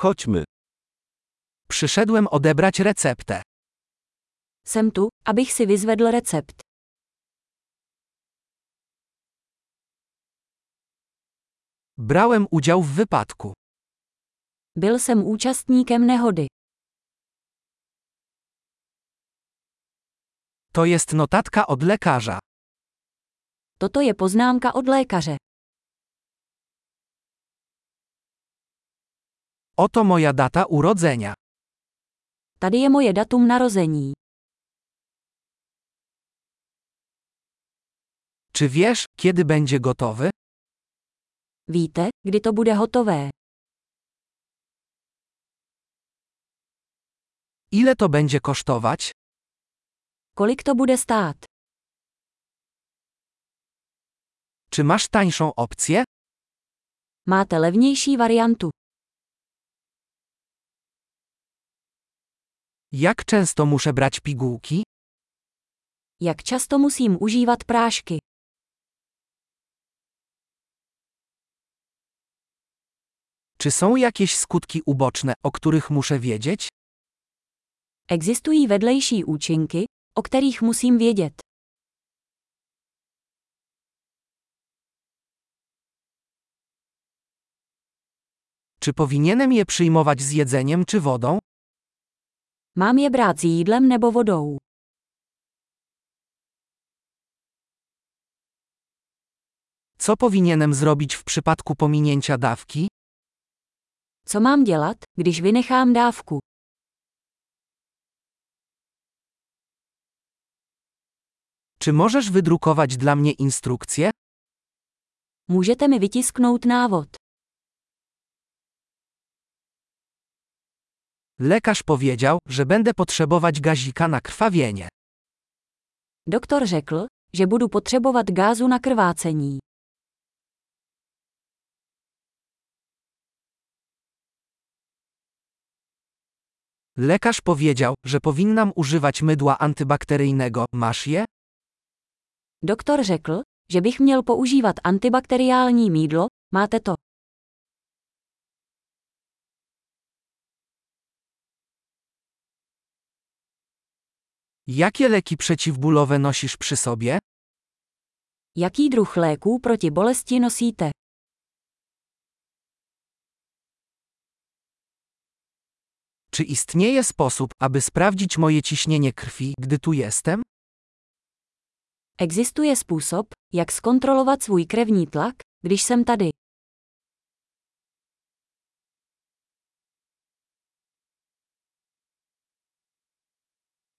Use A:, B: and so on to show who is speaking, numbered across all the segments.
A: Chodźmy. Przyszedłem odebrać receptę.
B: Jsem tu, abych si vyzvedl recept.
A: Brałem udział w wypadku.
B: Byl jsem účastníkem nehody.
A: To jest notatka od lekarza.
B: Toto je poznámka od lékaře.
A: Oto moja data urodzenia.
B: Tady je moje datum narození.
A: Czy wiesz, kiedy będzie gotowy?
B: Víte, kdy to bude hotové?
A: Ile to będzie kosztować?
B: Kolik to bude stát?
A: Czy masz tańszą opcję?
B: Máte levnější variantu.
A: Jak często muszę brać pigułki?
B: Jak často musím užívat prášky?
A: Czy są jakieś skutki uboczne, o których muszę wiedzieć?
B: Existují vedlejší účinky, o kterých musím vědět.
A: Czy powinienem je przyjmować z jedzeniem czy wodą?
B: Mám je brát s jídlem nebo vodou?
A: Co powinienem zrobić w przypadku pominięcia dawki?
B: Co mám dělat, když vynechám dávku?
A: Czy możesz wydrukować dla mnie instrukcję?
B: Můžete mi vytisknout návod.
A: Lekarz powiedział, że będę potrzebować gazika na krwawienie.
B: Doktor řekl, že budu potřebovat gázu na krvácení.
A: Lekarz powiedział, że powinnam używać mydła antybakteryjnego. Masz je?
B: Doktor řekl, že bych měl používat antibakteriální mídlo, máte to.
A: Jakie leki przeciwbólowe nosisz przy sobie?
B: Jaký druh léků proti bolesti nosíte?
A: Czy istnieje sposób, aby sprawdzić moje ciśnienie krwi, gdy tu jestem?
B: Existuje způsob, jak zkontrolovat svůj krevní tlak, když jsem tady.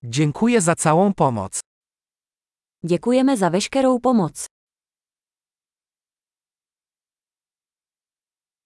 A: Dziękuję za całą pomoc.
B: Děkujeme za veškerou pomoc.